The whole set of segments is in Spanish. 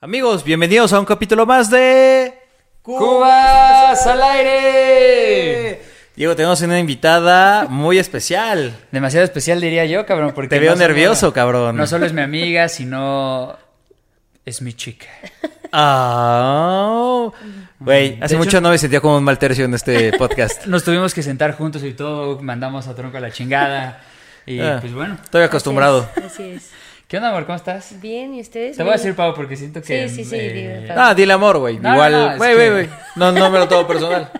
Amigos, bienvenidos a un capítulo más de ¡Cubas al aire! Diego, tenemos una invitada muy especial. Demasiado especial diría yo, cabrón, porque... Te veo no solo- nervioso, cabrón. No solo es mi amiga, sino... Es mi chica. Ah, güey, hace De mucho hecho- no me sentía como un mal tercio en este podcast. Nos tuvimos que sentar juntos y todo, mandamos a tronco a la chingada. Y Ah, pues bueno. Estoy acostumbrado. Así es. así ¿Qué onda, amor? ¿Cómo estás? es. Bien, ¿y ustedes? Te voy a Bien. decir, Pau, porque siento que... eh, Sí, sí, sí, dime, Pau. Ah, dile amor, güey. No, no, no, Igual, es güey, güey, que- güey. No, no me lo tomo personal.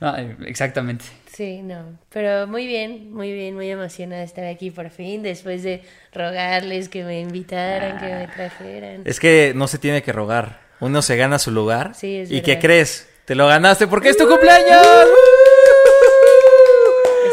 no, eh, exactamente. Sí, no. Pero muy bien, muy bien, muy emocionada de estar aquí por fin, después de rogarles que me invitaran, que me trajeran. Ah. Es que no se tiene que rogar. Uno se gana su lugar. Sí, es ¿Y qué verdad. crees? Te lo ganaste porque es tu cumpleaños.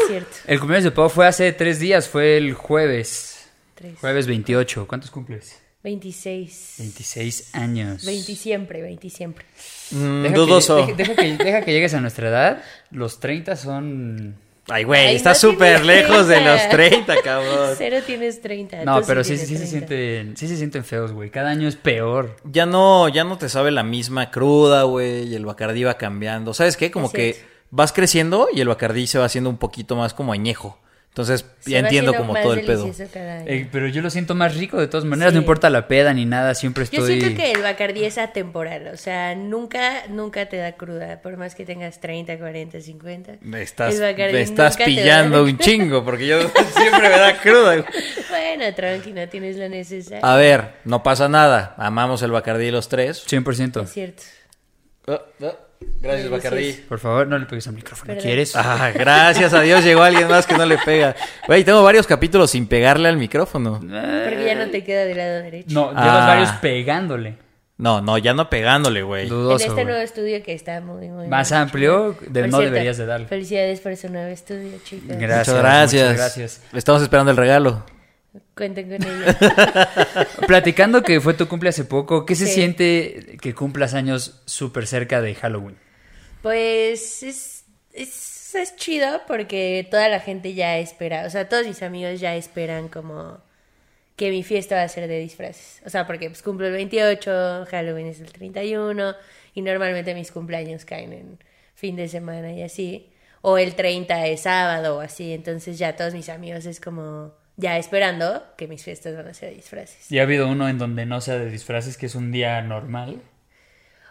Es cierto. El cumpleaños de Pau fue hace tres días, fue el jueves. Tres. Jueves 28. ¿Cuántos cumples? 26. 26 años. 20 siempre, 20 siempre. Mm, Deja que- dudoso. deja- deja que, deja que llegues a nuestra edad. Los 30 son... Ay, güey, Ay, está no súper tienes lejos de 30. los 30, cabrón. Cero tienes 30. No, tú pero sí, sí, tienes se 30. sienten, sí se sienten feos, güey. Cada año es peor. Ya no, ya no te sabe la misma cruda, güey, y el Bacardí va cambiando. ¿Sabes qué? Como Es que cierto. vas creciendo y el Bacardí se va haciendo un poquito más como añejo. Entonces, Se ya va entiendo haciendo como más todo el pedo. delicioso cada año. Eh, pero yo lo siento más rico de todas maneras, Sí. no importa la peda ni nada, siempre estoy. Yo siento que el Bacardí es atemporal, o sea, nunca, nunca te da cruda, por más que tengas 30, 40, 50. Me estás, el Bacardí me estás nunca te da- pillando un chingo, porque yo siempre me da cruda. güey. Bueno, tranqui, no tienes lo Ah. necesario. A ver, no pasa nada. Amamos el Bacardí los tres. 100%. Es cierto. Ah, ah, Gracias, Bacardí. Por favor, no le pegues al micrófono. Perdón. ¿Quieres? Ah, gracias a Dios llegó alguien más que no le pega. Güey, tengo varios capítulos sin pegarle al micrófono. Porque ya no te queda del lado derecho. Eh, No, llevas Ah. varios pegándole. No, no, ya no pegándole, güey. En Dudoso. este güey. nuevo estudio que está muy, muy Más muy amplio, chido. de- Por no deberías de darle. Felicidades por su nuevo estudio, chicos. Gra- Gracias, muchas gracias. muchas gracias. Le Estamos esperando el regalo. Cuenten con ello. Platicando que fue tu cumple hace poco, ¿qué se Sí. siente que cumplas años súper cerca de Halloween? Pues es, es, es chido porque toda la gente ya espera, o sea, todos mis amigos ya esperan como que mi fiesta va a ser de disfraces. O sea, porque pues cumplo el 28, Halloween es el 31 y normalmente mis cumpleaños caen en fin de semana y así. O el 30 es sábado o así, entonces ya todos mis amigos es como ya esperando que mis fiestas van a ser de disfraces. Y ha habido uno en donde no sea de disfraces, que es un día normal.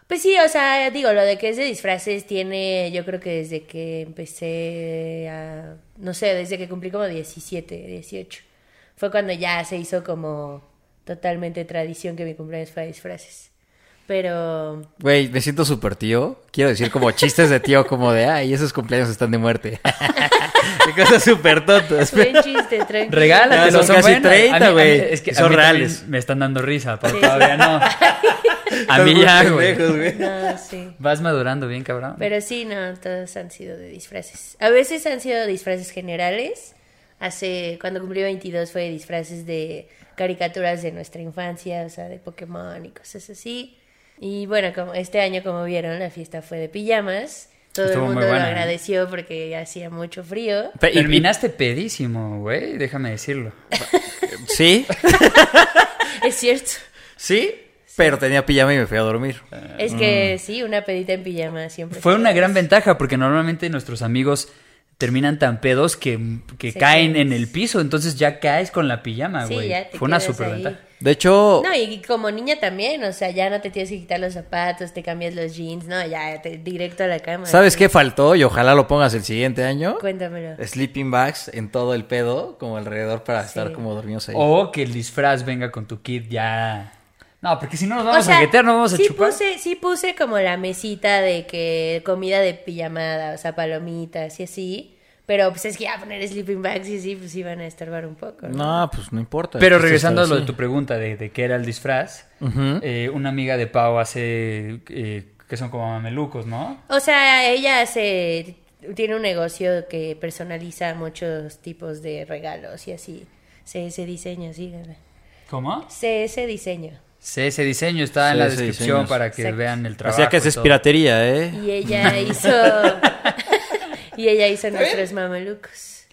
Pues sí, o sea, digo, lo de que es de disfraces tiene, yo creo que desde que empecé a, no sé, desde que cumplí como 17, 18. Fue cuando ya se hizo como totalmente tradición que mi cumpleaños fuera de disfraces. Pero, Güey, me siento súper tío. Quiero decir como chistes de tío, como de, ay, esos cumpleaños están de muerte. De cosas súper tontas. buen chiste, tranquilo. Regálate, No, son casi 30, güey. Son reales. Me están dando risa, pero Sí. todavía no. A Están mí muy ya, güey. pendejos, güey. No, sí. Vas madurando bien, cabrón. Pero sí, no, todos han sido de disfraces. A veces han sido disfraces generales. Hace, cuando cumplí 22 fue de disfraces de caricaturas de nuestra infancia, o sea, de Pokémon y cosas así. Y bueno, como este año, como vieron, la fiesta fue de pijamas. Todo Estuvo el muy mundo lo buena, ¿eh? agradeció porque hacía mucho frío. Pe- y- Terminaste pedísimo, güey, déjame decirlo. y- Sí, Es cierto. sí, pero tenía pijama y me fui a dormir. Es que sí, una pedita en pijama siempre. Eh, mm. Fue se una da. gran ventaja porque normalmente nuestros amigos terminan tan pedos que, que Se caen caen. en el piso, entonces ya caes con la pijama, Sí, güey. ya te Fue una quedas ahí. super ventaja. De hecho, No, y como niña también, o sea, ya no te tienes que quitar los zapatos, te cambias los jeans, no, ya te- directo a la cama. ¿sabes qué faltó? Y ojalá lo pongas el siguiente año. Cuéntamelo. Este, Sleeping bags en todo el pedo, como alrededor para estar como dormidos ahí. O que el disfraz venga con tu kit ya. No, porque si no nos vamos a jetear, no vamos a sí chupar. Puse, sí puse como la mesita de que comida de pijamada, o sea, palomitas y así. Pero pues es que a poner sleeping bags y así, pues iban a estorbar un poco. ¿no? No, pues no importa. Pero El chiste regresando a está lo de así. tu pregunta de, de qué era el disfraz, eh, una amiga de Pau hace eh, que son como mamelucos, ¿no? O sea, ella hace, tiene un negocio que personaliza muchos tipos de regalos y así. CS Diseño, síganla. ¿Cómo? CS Diseño. Sí, ese diseño está en la Sí, ese descripción diseño. para que Exacto. vean el O trabajo. sea que y esa es todo. piratería, ¿eh? Y ella hizo... y ella hizo nuestros mamelucos.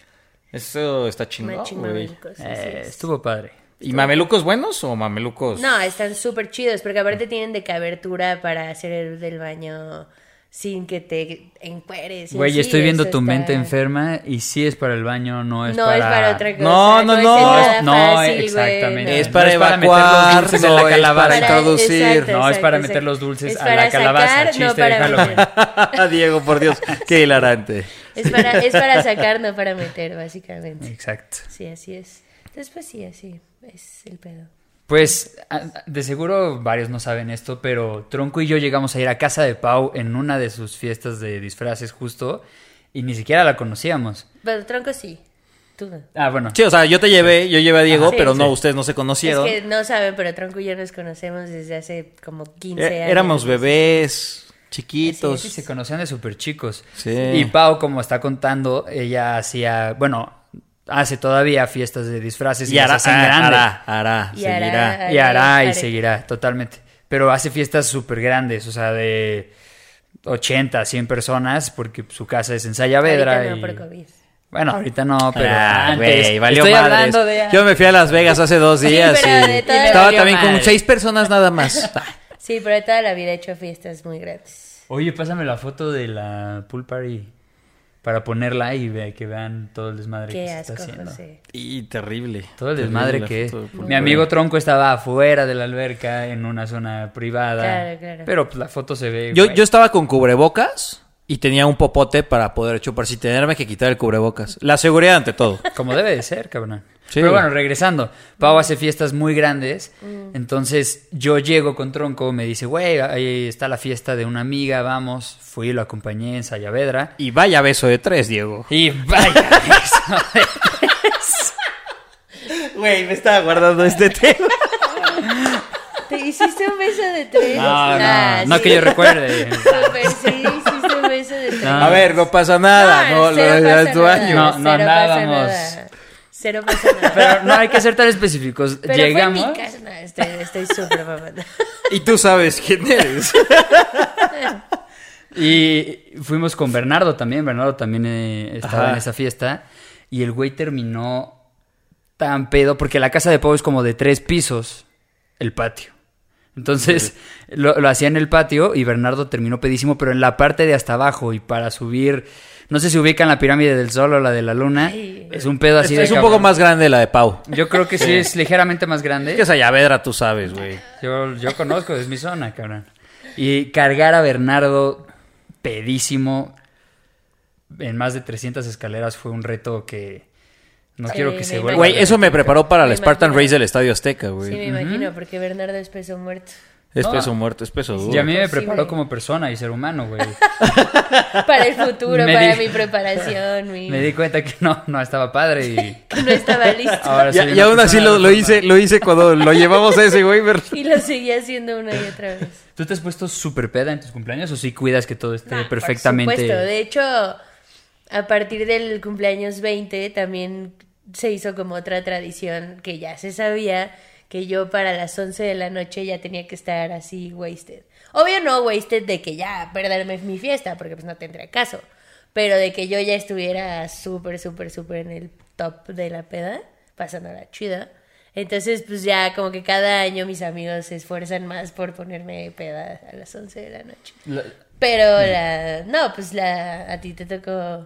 Eso está chingón, güey. Machimamelucos. así Eh, es. estuvo padre. ¿Y mamelucos buenos o mamelucos? No, están súper chidos, porque aparte tienen de cabertura para hacer el del baño sin que te encueres. y Güey, sí, estoy viendo eso tu está- mente enferma y si es para el baño, no es no para... es para otra cosa. No, no, es no, nada no, fácil, güey, exactamente. no. Es No para es para meter los evacuar, dulces en la no es calabaza. para Para- introducir. exacto. No, es para meter los dulces a la para calabaza, chiste de Halloween. meter. Diego, por Dios, qué hilarante. Es para, es para sacar, no para meter, básicamente. Exacto. Sí, así es. Entonces, pues sí, así es el pedo. Pues a- de seguro varios no saben esto, pero Tronco y yo llegamos a ir a casa de Pau en una de sus fiestas de disfraces justo y ni siquiera la conocíamos. Pero tronco sí. Tú no. Ah, bueno. Sí, o sea, yo te llevé, yo Ah, llevé a Diego, Sí, pero no, sí. ustedes no se Es conocieron. que no saben, pero Tronco y yo nos conocemos desde hace como 15 É- Eh, años. E- Éramos bebés, chiquitos. Sí, se conocían de súper chicos. Sí. Y Pau, como está contando, ella hacía, bueno, hace todavía fiestas de disfraces y, Y hará, ah, las hacen grande. hará, hará, Y hará. seguirá. Y hará y Haré. seguirá, totalmente. Pero hace fiestas súper grandes, o sea, de 80, 100 personas, porque su casa es en Sayavedra. Ahorita y- no, por COVID. Bueno, ahorita no, pero Ah, antes. güey, valió Estoy madres. hablando de... Yo me fui a Las Vegas hace dos días pero y de todo estaba valió también con madres. seis personas nada más. Ah, Sí, pero de toda la vida he hecho fiestas muy grandes. Oye, pásame la foto de la pool party para ponerla y ve- que vean todo el desmadre que Qué se asco, pues, está haciendo. José. Y terrible. Todo el Terrible desmadre la que es. foto, por Mi favor. amigo Tronco estaba afuera de la alberca en una zona privada. Claro, claro. Pero pues, la foto se ve. Yo, güey. yo estaba con cubrebocas y tenía un popote para poder chupar sin tenerme que quitar el cubrebocas. La seguridad ante todo. Como debe de ser, cabrón. Sí. Pero bueno, regresando. Pau hace fiestas muy grandes. Entonces yo llego con Tronco, me dice, güey, ahí está la fiesta de una amiga, vamos. Fui, lo acompañé en Sayavedra. Y vaya beso de tres, Diego. Y vaya, eso. Güey, me estaba guardando este tema. ¿Te hiciste un beso de tres? No, Ah, no, no sí. que yo recuerde. Súper, sí, hiciste un beso de tres. A ver, no pasa nada. No, lo cero de pasa tu nada, año. No, no cero pasa andábamos. nada, Cero pasa nada. Pero no hay que ser tan específicos. Pero fue en mi Llegamos. casa. No, estoy estoy súper mamada. Y tú sabes quién eres. Y fuimos con Bernardo también. Bernardo también eh, estaba Ajá. en esa fiesta. Y el güey terminó tan pedo. Porque la casa de Pau es como de tres pisos el patio. Entonces lo, lo hacía en el patio y Bernardo terminó pedísimo, pero en la parte de hasta abajo. Y para subir, no sé si ubican la pirámide del sol o la de la luna. Ay. Es un pedo así de. es un cabrón. poco más grande la de Pau. Yo creo que sí es ligeramente más grande. Es que esa llavedra tú sabes, güey. Yo, yo conozco, es mi zona, cabrón. Y cargar a Bernardo pedísimo en más de 300 escaleras fue un reto que no Sí, quiero que me se vuelva. imagino. Güey, eso me preparó para la Me Spartan imagino. Race del Estadio Azteca, Pues, Sí, me güey. imagino, porque Bernardo es peso muerto. Es No. peso muerto, es peso duro. Y a mí me Sí, preparó güey. como persona y ser humano, güey. Para el futuro, Me para di- mi preparación, mi... Me di cuenta que no, no estaba padre y que no estaba listo. ahora Y, soy y una aún así persona lo, lo responsable. hice, lo hice cuando lo llevamos a ese güey. pero- Y lo seguí haciendo una y otra vez. ¿Tú te has puesto súper peda en tus cumpleaños o sí cuidas que todo esté Nah, este, perfectamente? Ah, Por supuesto, de hecho, a partir del cumpleaños 20 también se hizo como otra tradición que ya se sabía que yo para las 11 de la noche ya tenía que estar así wasted. Obvio no wasted de que ya perderme mi fiesta, porque pues no tendría caso, pero de que yo ya estuviera súper, súper, súper en el top de la peda, pasándola chida. Entonces, pues ya como que cada año mis amigos se esfuerzan más por ponerme peda a las 11 de la noche. La- Pero Mm. la. No, pues la. A ti te tocó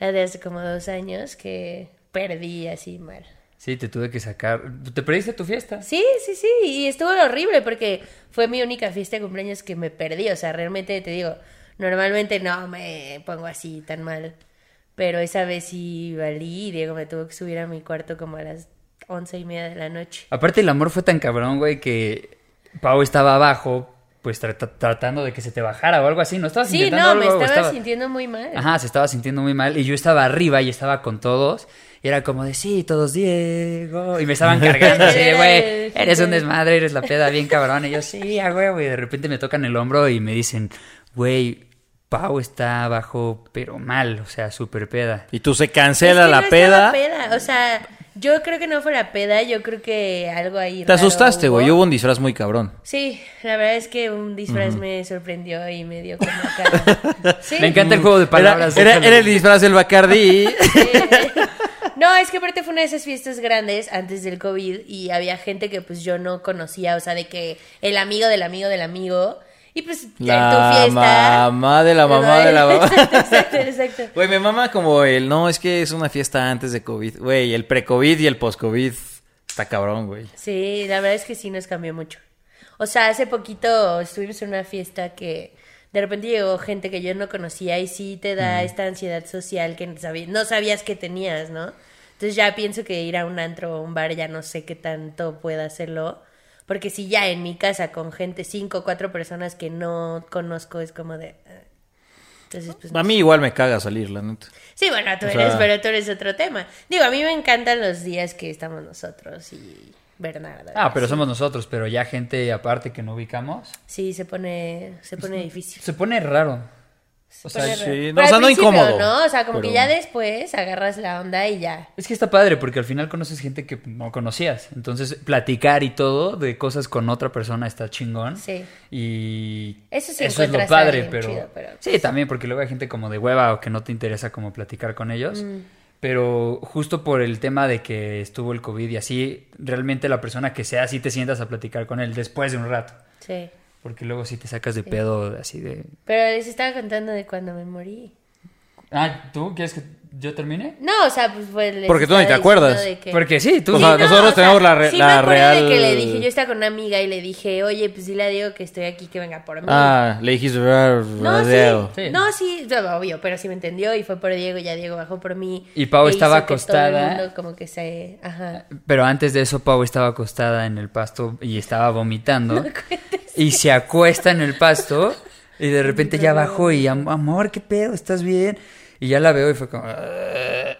la de hace como dos años que perdí así mal. Sí, te tuve que sacar. ¿Te perdiste tu fiesta? Sí, sí, sí. Y estuvo horrible porque fue mi única fiesta de cumpleaños que me perdí. O sea, realmente te digo, normalmente no me pongo así tan mal. Pero esa vez sí valí y Diego me tuvo que subir a mi cuarto como a las once y media de la noche. Aparte, el amor fue tan cabrón, güey, que Pau estaba abajo, pues trata- tratando de que se te bajara o algo así. ¿No estabas Sí, intentando no, me algo? estaba, Estaba- sintiendo muy mal. Ajá, se estaba sintiendo muy mal. Y yo estaba arriba y estaba con todos. Y era como de, sí, todos Diego. Y me estaban cargando así de, güey, eres un desmadre, eres la peda bien cabrón. Y yo, sí, a huevo. Y de repente me tocan el hombro y me dicen, güey, Pau está abajo, pero mal, o sea, súper peda. Y tú se Es que cancela no la peda. estaba peda, O sea, yo creo que no fue la peda, yo creo que algo ahí. Te raro asustaste, güey. Hubo un disfraz muy cabrón. Sí, la verdad es que un disfraz me sorprendió y me dio como acá. Sí. Me encanta el juego de Era, palabras. era- déjalo. era el disfraz del Bacardí. Sí. No, es que aparte fue una de esas fiestas grandes antes del COVID y había gente que pues yo no conocía, o sea, de que el amigo del amigo del amigo. Y pues en tu La fiesta. mamá de la mamá de la mamá. Exacto, exacto, exacto. Güey, me mama como el, no, es que es una fiesta antes de COVID. Güey, el pre-COVID y el post-COVID está cabrón, güey. Sí, la verdad es que sí nos cambió mucho. O sea, hace poquito estuvimos en una fiesta que de repente llegó gente que yo no conocía y sí te da esta ansiedad social que no sabías, no sabías que tenías, ¿no? Entonces ya pienso que ir a un antro o un bar ya no sé qué tanto pueda hacerlo. Porque si ya en mi casa con gente, cinco o cuatro personas que no conozco, es como de... ah. Entonces, pues, A mí igual me caga salir, la neta. Sí, bueno, tú O sea- eres, pero tú eres otro tema. Digo, a mí me encantan los días que estamos nosotros y Bernardo. Ah, pero somos nosotros, pero ya gente aparte que no ubicamos. Sí, se pone, se pone difícil. Se pone raro. O sea, Pone sí, raro. no, Pero o sea, al no principio, incómodo, ¿no? O sea, como pero- que ya después agarras la onda y ya. Es que está padre porque al final conoces gente que no conocías. Entonces, platicar y todo de cosas con otra persona está chingón. Sí. Y Eso sí es lo encuentras a padre, alguien pero... chido, pero- pues Sí, también porque luego hay gente como de hueva o que no te interesa como platicar con ellos. Mm. Pero justo por el tema de que estuvo el COVID y así, realmente la persona que sea así te sientas a platicar con él después de un rato. Sí. Porque luego sí te sacas de pedo así de... Pero les estaba contando de cuando me morí. Ah, ¿tú quieres que yo termine? No, o sea, pues fue les Porque tú ni estaba te acuerdas. diciendo de que- Porque sí, tú... O sea, nosotros tenemos la re- sí la me acuerdo real- de que le dije, yo estaba con una amiga y le dije, oye, pues dile a Diego que estoy aquí, que venga por mí. Ah, pues, le dijiste... No, No, sí. Sí. No, sí, bueno, obvio, pero sí me entendió y fue por Diego, ya Diego bajó por mí. Y Pau e estaba hizo que todo el acostada. mundo como que se... Ajá. Pero antes de eso, Pau estaba acostada en el pasto y estaba vomitando. y se acuesta en el pasto y de repente ya bajó y am- amor, qué pedo, estás bien. Y ya la veo y fue como... "Ugh",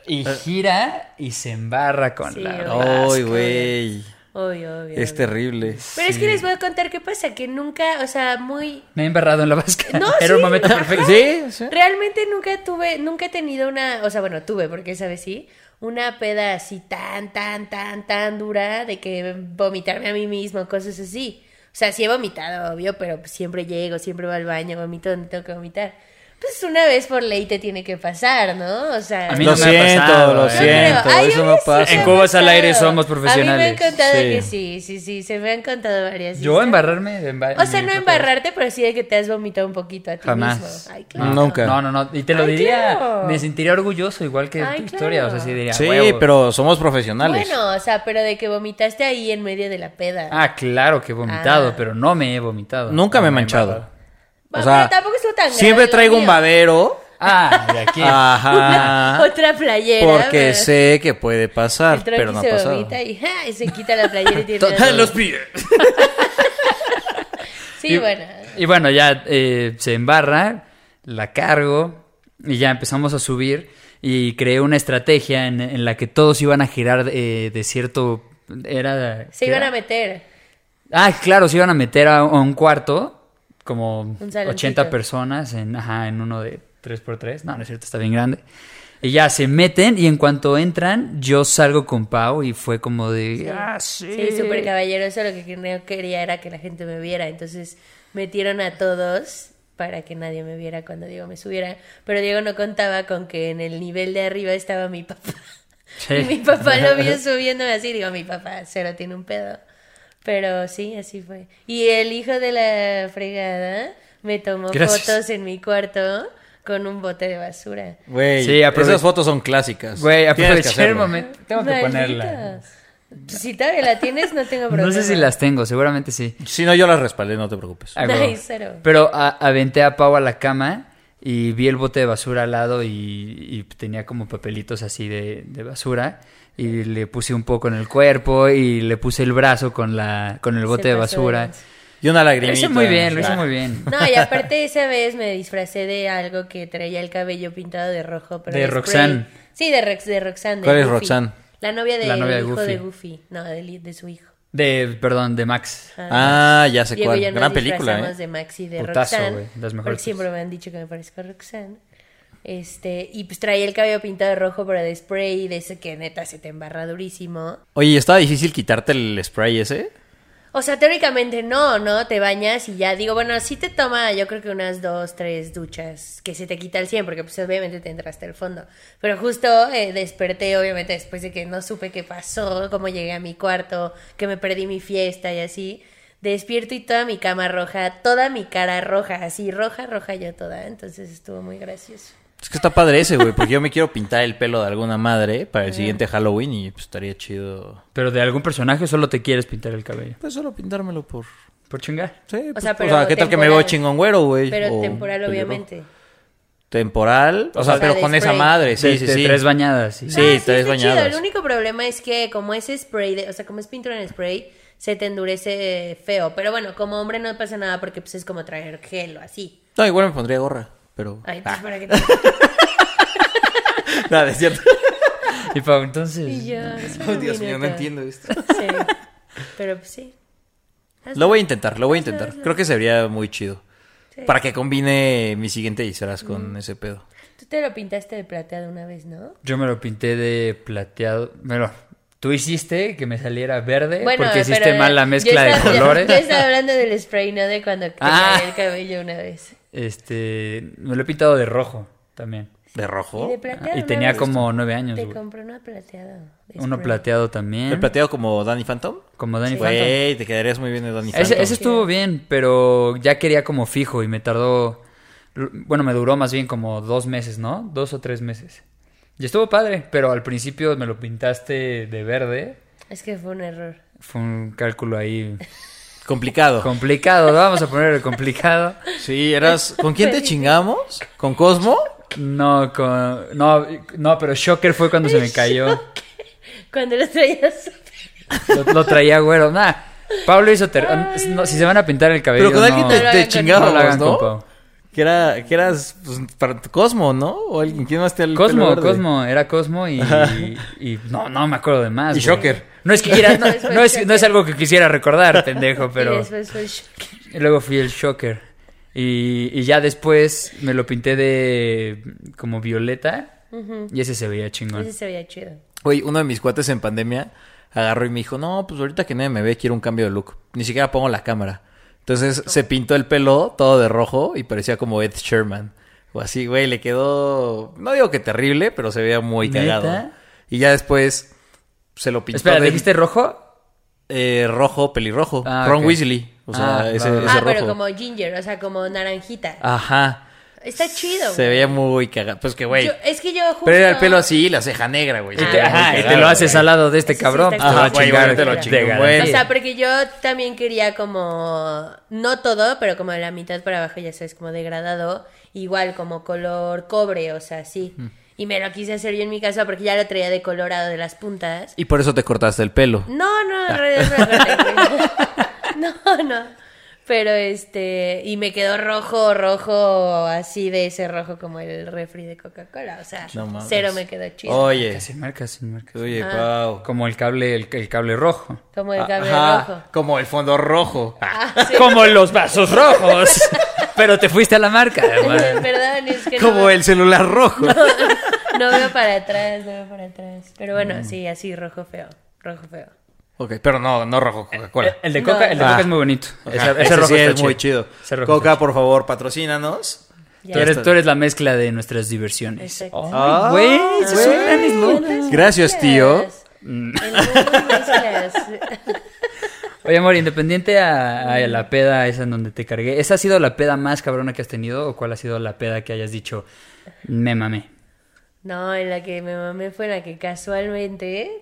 Y Ah. gira y se embarra con Sí, la... obvio. vas- Ay, güey. Obvio, obvio. Es obvio. terrible. Pero es que les voy a contar qué pasa, que nunca, o sea, muy... Me he embarrado en la vasca. No, Era sí. un momento perfecto. Sí, sí. Realmente nunca tuve, nunca he tenido una, o sea, bueno, tuve, porque esa vez sí, una peda así tan, tan, tan, tan dura de que vomitarme a mí mismo, cosas así. O sea, sí he vomitado, obvio, pero pues siempre llego, siempre voy al baño, vomito donde tengo que vomitar. Pues una vez por ley te tiene que pasar, ¿no? O sea, A mí Lo no me ha siento, pasado, lo ¿eh? no creo. siento. Ay, Eso a no mí sí pasa. me En ha Cubas al pasado. aire somos A mí me han profesionales. contado Sí. que sí, sí, sí, se me han contado varias. Yo historias. embarrarme... de emba- O sea, mi no propia- embarrarte, pero sí de que te has vomitado un poquito a ti Jamás. mismo. Ay, claro. No, Nunca. No, no, no. Y te lo Ay, diría. claro. Me sentiría orgulloso igual que Ay, tu historia. O sea, claro. sí diría. Sí, "Huevo". pero somos profesionales. Bueno, o sea, pero de que vomitaste ahí en medio de la peda. Ah, claro que he vomitado, Ah. pero no me he vomitado. Nunca me he No manchado. embarrado. Bueno, pero tampoco estuvo tan grave siempre lo traigo un mío. babero. Ah, de aquí. Ajá. Otra playera. Porque pero- sé que puede pasar, El Troqui pero no ha se pasado. vomita y, ¡ja! y se quita la playera y tiene Total, la- los pies. Sí, bueno. Y bueno, ya eh, se embarra, la cargo y ya empezamos a subir y creé una estrategia en, en la que todos iban a girar eh, de cierto... Era... ¿qué Se iban era? a meter. Ah, claro, se iban a meter a, a un cuarto, como saloncito. 80 personas en, ajá, en uno de 3x3. No, no es cierto, está bien grande. Y ya se meten y en cuanto entran, yo salgo con Pau y fue como de... Ah, sí. Sí, súper caballeroso. Lo que no quería era que la gente me viera. Entonces metieron a todos para que nadie me viera cuando Diego me subiera. Pero Diego no contaba con que en el nivel de arriba estaba mi papá. Sí. Y mi papá lo vio subiéndome así. Digo, mi papá cero tiene un pedo. Pero sí, así fue. Y el hijo de la fregada me tomó Gracias. fotos en mi cuarto con un bote de basura. Güey, Sí, aprove- esas fotos son clásicas. Güey, Tienes que aproveché el hacerlo. momento. Tengo que Maldita. ponerla. Si todavía la tienes, no tengo problema. No sé si las tengo, seguramente sí. Si no, yo las respaldé, no te preocupes. Ah, huevo. Ay, cero. Pero a- aventé a Pau a la cama y vi el bote de basura al lado y, y tenía como papelitos así de, de basura y le puse un poco en el cuerpo y le puse el brazo con la con el bote de pasó de basura. lanza. Y una Lo lagrimita. hice muy bien, lo hice Ah. muy bien. No, y aparte esa vez me disfracé de algo que traía el cabello pintado de rojo. Pero De spray. Roxanne. Sí, de, Rox- de Roxanne. de ¿Cuál es Goofy. Roxanne? La novia del La novia de hijo Goofy. de Goofy. No, del- de su hijo. De perdón, de Max. Ah, ya sé Diego cuál. y yo nos Gran película, disfrazamos ¿eh? de Max y de Putazo, Roxanne. güey, las mejores porque siempre me han dicho que me parezco a Roxanne. Este, y pues traía el cabello pintado de rojo, pero de spray, de ese que neta se te embarra durísimo. Oye, ¿y ¿estaba difícil quitarte el spray ese? O sea, teóricamente no, ¿no? Te bañas y ya. Digo, bueno, sí te toma, yo creo que unas dos, tres duchas que se te quita el 100, porque pues obviamente te entraste al fondo. Pero justo eh, desperté, obviamente, después de que no supe qué pasó, cómo llegué a mi cuarto, que me perdí mi fiesta y así. Despierto y toda mi cama roja, toda mi cara roja, así roja, roja yo toda. Entonces estuvo muy gracioso. Es que está padre ese, güey, porque yo me quiero pintar el pelo de alguna madre para el siguiente Halloween y pues, estaría chido. Pero de algún personaje solo te quieres pintar el cabello. Pues solo pintármelo por. Por chingar. Sí, pues, o, sea, sea, pero ¿qué tal que me temporal. veo chingón güero, güey? Pero O temporal, pelirrojo. obviamente. Temporal, o, O sea, sea, pero de con esa spray. madre, sí, De- sí, de sí. Tres bañadas. Sí. Sí. Ah, te ves está bañadas. chido. El único problema es que como es spray, de- o sea, como es pintura en spray, se te endurece eh, feo. Pero bueno, como hombre no pasa nada porque pues es como traer gel o así. No, igual me pondría gorra, pero. Ay, Ah, pues para que nada, es cierto. Y Pau, entonces. Y yo, Oh, Dios mío, no entiendo esto. Sí. Pero pues sí. Lo voy a intentar, lo voy a intentar. Creo que sería muy chido. Para que combine mi siguiente disfraz Mm. con ese pedo. Tú te lo pintaste de plateado una vez, ¿no? Yo me lo pinté de plateado. Bueno, tú hiciste que me saliera verde Bueno, porque hiciste pero- mal la mezcla yo de estaba- colores. Yo estaba hablando del spray, no de cuando te Ah. caía el cabello una vez. Este, me lo he pintado de rojo también. ¿De Y rojo? de plateado. y una tenía vez como nueve años, Te güey. compré uno plateado. de Uno spray. plateado también. ¿El plateado como Danny Phantom? Como Danny Phantom. Güey, te quedarías muy bien de Danny Phantom. Ese, ese estuvo bien, pero ya quería como fijo y me tardó. Bueno, me duró más bien como dos meses, ¿no? Dos o tres meses. Y estuvo padre, pero al principio me lo pintaste de verde. Es que fue un error. Fue un cálculo ahí Complicado. complicado, ¿no? vamos a ponerle complicado. Sí, eras. ¿Con quién te chingamos? ¿Con Cosmo? No, con, no, no, pero Shocker fue cuando se me cayó. Cuando lo traías. Lo, lo traía güero. Nah, Pablo hizo. ter- no, si se van a pintar el cabello. Pero con alguien no, te, No lo te hagan con- no lo chingábamos, hagan con ¿no? Pau. Que, era, que eras pues, para tu Cosmo, ¿no? O alguien, ¿quién más te el pelo Cosmo, verde? Cosmo, era Cosmo y, y- no, no me acuerdo de más. Y güey. Shocker. No es que quiera, no, Después no es, no es Shocker. algo que quisiera recordar, pendejo, Y pero después fue shock. y luego fui el Shocker. Y, y ya después me lo pinté de como violeta y ese se veía chingón. Ese se veía chido. Güey, uno de mis cuates en pandemia agarró y me dijo, no, pues ahorita que nadie me ve, quiero un cambio de look. Ni siquiera pongo la cámara. Entonces se pintó el pelo todo de rojo y parecía como Ed Sherman. O así, güey, le quedó, no digo que terrible, pero se veía muy ¿Neta? cagado. Y ya después se lo pintó Espera, de ¿dijiste rojo? eh, rojo, pelirrojo. Ah, Ron ok. Weasley. O sea, Ah, ese, va, va, ese Ah, pero rojo. como ginger, o sea, como naranjita. Ajá. Está chido. Se güey. veía muy cagado. Pues que, güey. Yo- es que yo justo. Pero era el pelo así y la ceja negra, güey. Se Ah, Te- veía muy ajá, y te cagado, lo haces güey. al lado de este Eso sí cabrón. está te va a chido. Güey, chingar. obviamente lo de chingó, garantía. güey. O sea, porque yo también quería como. No todo, pero como la mitad para abajo, ya sabes, como degradado. Igual como color cobre, o sea, así. Mm. Y me lo quise hacer yo en mi casa porque ya lo traía de colorado de las puntas. Y por eso te cortaste el pelo. No, no, en realidad no me acordé, güey. No, no. Pero este. Y me quedó rojo, rojo, así de ese rojo como el refri de Coca-Cola. O sea, No mames. cero me quedó chido. Ah, Oye. Casi marcas, sin marcas. Oye, Pau. Como el cable, el, el cable rojo. Como el cable Ah, Ajá, rojo. Como el fondo rojo. Como los vasos rojos. Pero te fuiste a la marca. güey. Perdón, es que no, Ah, Como el celular rojo. no veo para atrás, no veo para atrás. Pero bueno, Mm. sí, así, rojo feo, rojo feo. ok, pero no, no rojo, Coca-Cola. El de Coca, el de Ah. Coca es muy bonito. Ajá, Ese, ese ese rojo sí está es muy chido. Ese rojo Coca, está por favor, patrocínanos. chido. Ya. Tú eres, tú eres la mezcla de nuestras diversiones. Exacto. Ah, Ay, güey, ese es un gran güey. eslogan. ¿Cuántas Gracias, tío. mezclas? El mundo mezclas. Oye, amor, independiente a, a la peda esa en donde te cargué, ¿esa ha sido la peda más cabrona que has tenido o cuál ha sido la peda que hayas dicho, me mamé? No, en la que me mamé fue la que casualmente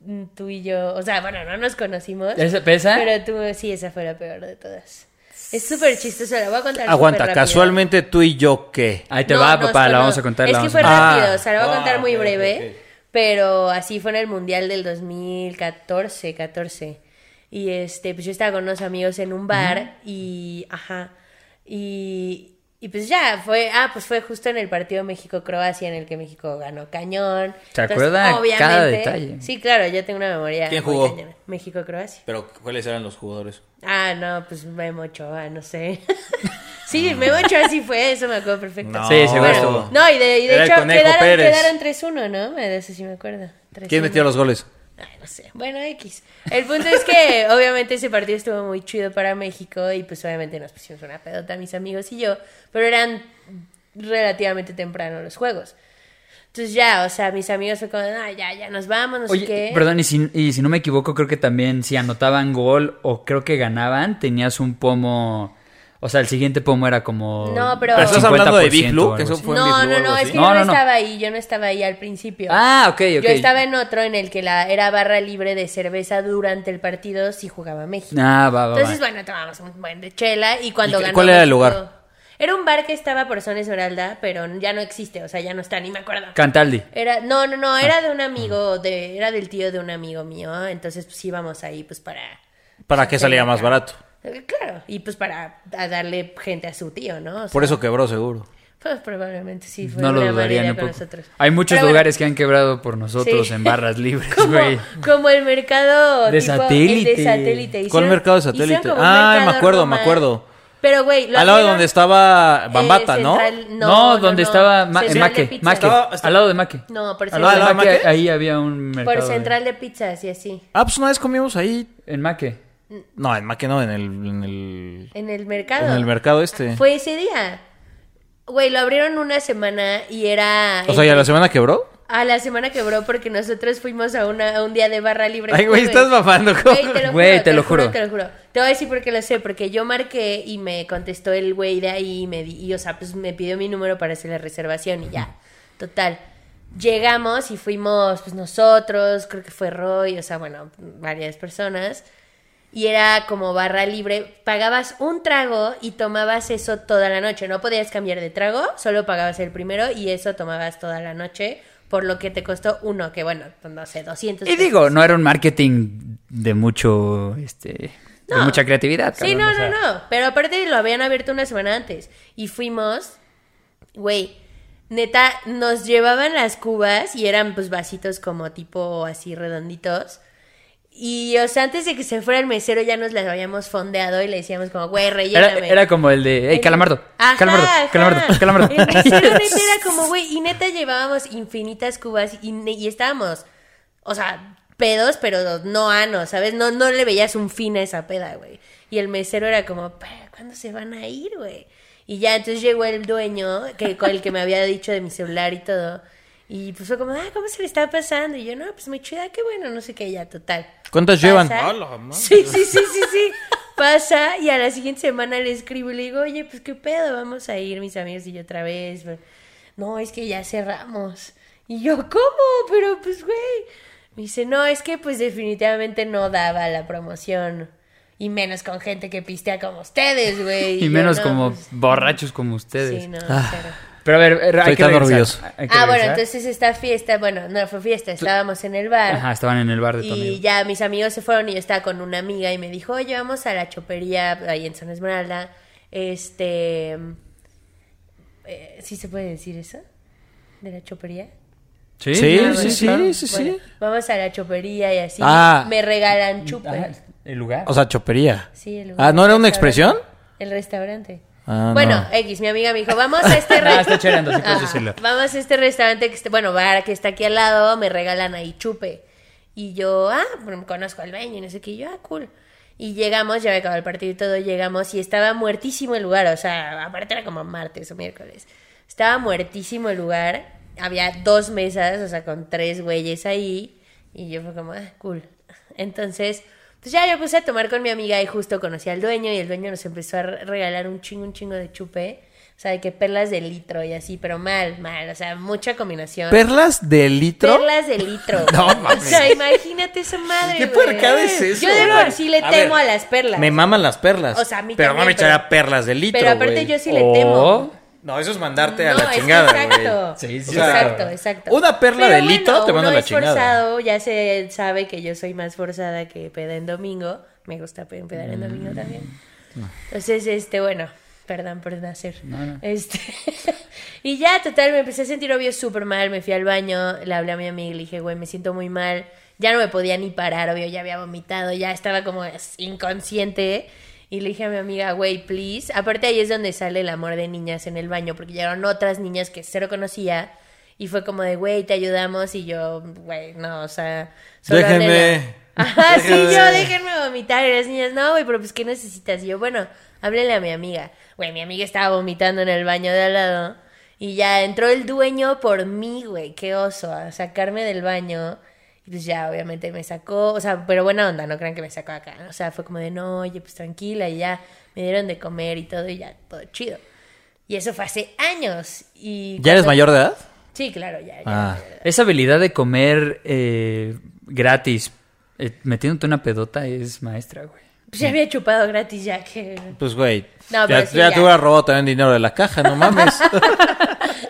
mm, tú y yo, o sea, bueno, no nos conocimos. ¿Esa- pero esa? Pero tú, sí, esa fue la peor de todas. Es súper chistoso, la voy a contar súper Aguanta, rápido. casualmente tú y yo qué. Ahí te No, va, no, papá, solo- la vamos a contar. Es la que vamos fue a contar. rápido, Ah, o sea, la voy a contar ah, muy ok, ok, breve, ok. pero así fue en el Mundial del 2014, 14. Y este, pues yo estaba con unos amigos en un bar y, ajá, y, y pues ya, fue, ah, pues fue justo en el partido México-Croacia en el que México ganó cañón. ¿Te Entonces, acuerdas cada obviamente- detalle? Sí, claro, yo tengo una memoria. ¿Quién muy jugó? cañona. México-Croacia. Pero, ¿cuáles eran los jugadores? Ah, no, pues Memo Ochoa, no sé. sí, Memo Ochoa sí fue, eso me acuerdo perfecto. No. Sí, seguro Bueno, estuvo. no, y de, y de Era el hecho Conejo quedaron, Pérez. quedaron 3-1, ¿no? Me- De eso sí me acuerdo. 3-1. ¿Quién metió los goles? Ay, no sé. Bueno, X. El punto es que obviamente ese partido estuvo muy chido para México y pues obviamente nos pusimos una pedota mis amigos y yo, pero eran relativamente temprano los juegos. Entonces ya, o sea, mis amigos fue como, "Ah, ya, ya nos vamos, no sé Oye, qué. perdón, y si, y si no me equivoco, creo que también si anotaban gol o creo que ganaban, tenías un pomo. O sea, el siguiente pomo era como. No, pero- Pero estás hablando de Big 50% Blue, o que eso algo así. fue en no, Big Blue o no, algo no, es así. que yo no, No, no, no. estaba ahí, yo no estaba ahí al principio. Ah, ok, ok. Yo estaba en otro en el que la era barra libre de cerveza durante el partido si jugaba México. Ah, va, va, va. Entonces, bueno, tomábamos un buen de chela y cuando ¿Y qué- ganó cuál era el México- lugar? Era un bar que estaba por Zona Esmeralda, pero ya no existe, o sea, ya no está, ni me acuerdo. Cantaldi. Era, no, no, no, Ah. era de un amigo, de, era del tío de un amigo mío, entonces pues íbamos ahí pues para... Para que salía más barato. Eh, Claro, y pues para a darle gente a su tío, ¿no? O sea, Por eso quebró seguro. Pues probablemente sí, fue No lo una mala dudaría ni idea un con poco. nosotros. Hay muchos Pero bueno, lugares que han quebrado por nosotros Sí. en barras libres, como, güey. como el mercado De tipo, el satélite. de satélite. ¿Cuál mercado de satélite? hicieron como un Ah, me mercado acuerdo, me normal. acuerdo. Pero güey, lo Al lado de hicieron- donde estaba Bambata, Eh, ¿no? Central- No, donde estaba Ma- Central de Maque, Pizzas. Maque, Estaba- estaba- al lado de Maque. No, por Al Ah, lado de ¿Al lado de Maque, Maque? ahí había un mercado. Por de- central de pizzas y así. Ah, pues una vez comimos ahí. En Maque. No, en Maque no, en el, en el, En el mercado. en el mercado este. Fue ese día. Güey, lo abrieron una semana y era. O sea, ¿y a la semana quebró? A la semana quebró porque nosotros fuimos a, una, a un día de barra libre. Ay, güey, estás mamando. ¿cómo? Güey, te lo Güey, juro, te lo juro. Te lo juro. Te voy a decir porque lo sé, porque yo marqué y me contestó el güey de ahí y me di- y, o sea, pues me pidió mi número para hacer la reservación y ya. Total. Llegamos y fuimos, pues nosotros, creo que fue Roy, o sea, bueno, varias personas. Y era como barra libre, pagabas un trago y tomabas eso toda la noche, no podías cambiar de trago, solo pagabas el primero y eso tomabas toda la noche, por lo que te costó uno, que bueno, pues, no sé, 200 Y pesos. digo, no era un marketing de mucho, este, de No. mucha creatividad. Sí, no, no, no. Pero aparte lo habían abierto una semana antes. Y fuimos, güey, neta, nos llevaban las cubas y eran pues vasitos como tipo así redonditos. Y, o sea, antes de que se fuera el mesero ya nos las habíamos fondeado y le decíamos como, güey, Era, relléname. era como el de, hey, calamardo, Ajá, calamardo, ajá. calamardo, calamardo. El mesero neta era como, güey, y neta llevábamos infinitas cubas y, ne- y estábamos, o sea, pedos, pero no ano, ¿sabes? No, no le veías un fin a esa peda, güey. Y el mesero era como, "Pa, ¿cuándo se van a ir, güey? Y ya, entonces llegó el dueño, que, con el que me había dicho de mi celular y todo. Y pues fue como, ah, ¿cómo se le está pasando? Y yo, no, pues muy chida, qué bueno, no sé qué, ya, total. ¿Cuántas llevan? Pasa. A Ah, la madre. Sí, sí, sí, sí, sí. Pasa y a la siguiente semana le escribo y le digo, oye, pues qué pedo, vamos a ir mis amigos y yo otra vez. No, es que ya cerramos. Y yo, ¿cómo? Pero pues, güey. Me dice, no, es que pues definitivamente no daba la promoción. Y menos con gente que pistea como ustedes, güey. Y yo, menos "No, como pues, borrachos como ustedes. sí, no, cero". Pero a ver, eh, hay Estoy que tan regresar, orgulloso. hay que Ah, bueno, regresar. entonces esta fiesta, bueno, no fue fiesta, estábamos en el bar. Ajá, estaban en el bar de tu Y amigo. ya mis amigos se fueron y yo estaba con una amiga y me dijo, oye, vamos a la chopería ahí en Zona Esmeralda. Este... eh, ¿Sí se puede decir eso? ¿De la chopería? Sí, Sí, claro, sí, sí, claro. sí, Bueno, sí. Vamos a la chopería y así Ah. me regalan chupas. Ajá, el lugar. O sea, chopería. Sí, el lugar Ah, ¿no era del una restaurante. expresión? El restaurante. Ah, bueno, no. X, mi amiga me dijo, vamos a este No, está restaurante. choreando, sí puedes decirlo. Vamos a este restaurante que está, bueno, bar que está aquí al lado, me regalan ahí chupe. Y yo, ah, bueno, conozco al dueño y no sé qué, y yo, ah, cool. Y llegamos, ya había acabado el partido y todo, llegamos y estaba muertísimo el lugar, o sea, aparte era como martes o miércoles. Estaba muertísimo el lugar, había dos mesas, o sea, con tres güeyes ahí, y yo fue como, ah, cool. Entonces, pues ya yo puse a tomar con mi amiga y justo conocí al dueño y el dueño nos empezó a re- regalar un chingo, un chingo de chupe. O sea, de que perlas de litro y así, pero mal, mal. O sea, mucha combinación. ¿Perlas de litro? Perlas de litro. No güey. mames. O sea, imagínate esa madre. ¿Qué güey. puercada es eso, Yo de güey? por sí le A temo ver, a las perlas. Me maman las perlas. O sea, a mí Pero también, no me echará pero- perlas de litro, Pero aparte güey. Oh. yo sí le temo. O- No, eso es mandarte a No, la es que chingada, güey. exacto. Sí, sí, exacto, claro. exacto. Una perla Pero de litro bueno, te manda uno a la es chingada. forzado, ya se sabe que yo soy más forzada que peda en domingo. Me gusta pe- pedar en domingo también. Entonces, este, bueno, perdón por nacer. Este, y ya, total, me empecé a sentir obvio súper mal. Me fui al baño, le hablé a mi amiga y le dije, güey, me siento muy mal. Ya no me podía ni parar, obvio, ya había vomitado, ya estaba como es- inconsciente. Y le dije a mi amiga, güey, please. Aparte ahí es donde sale el amor de niñas en el baño, porque llegaron otras niñas que cero conocía. Y fue como de, güey, te ayudamos. Y yo, güey, no, o sea. Déjenme. háblenle a- Ajá, sí, Déjenme. yo, déjenme vomitar. Y las niñas, no, güey, pero pues, ¿qué necesitas? Y yo, bueno, háblele a mi amiga. Güey, mi amiga estaba vomitando en el baño de al lado. Y ya entró el dueño por mí, güey, qué oso, a sacarme del baño. Y pues ya, obviamente me sacó, o sea, pero buena onda, no crean que me sacó acá. O sea, fue como de, no, oye, pues tranquila, y ya me dieron de comer y todo, y ya, todo chido. Y eso fue hace años. Y ¿Ya eres cuando- mayor de edad? Sí, claro, ya. ya. Ah. Esa habilidad de comer eh, gratis, eh, metiéndote una pedota, es maestra, güey. Pues ya había chupado gratis ya que... Pues, güey. No, ya pero sí, ya ya. te hubiera robado también dinero de la caja, no mames.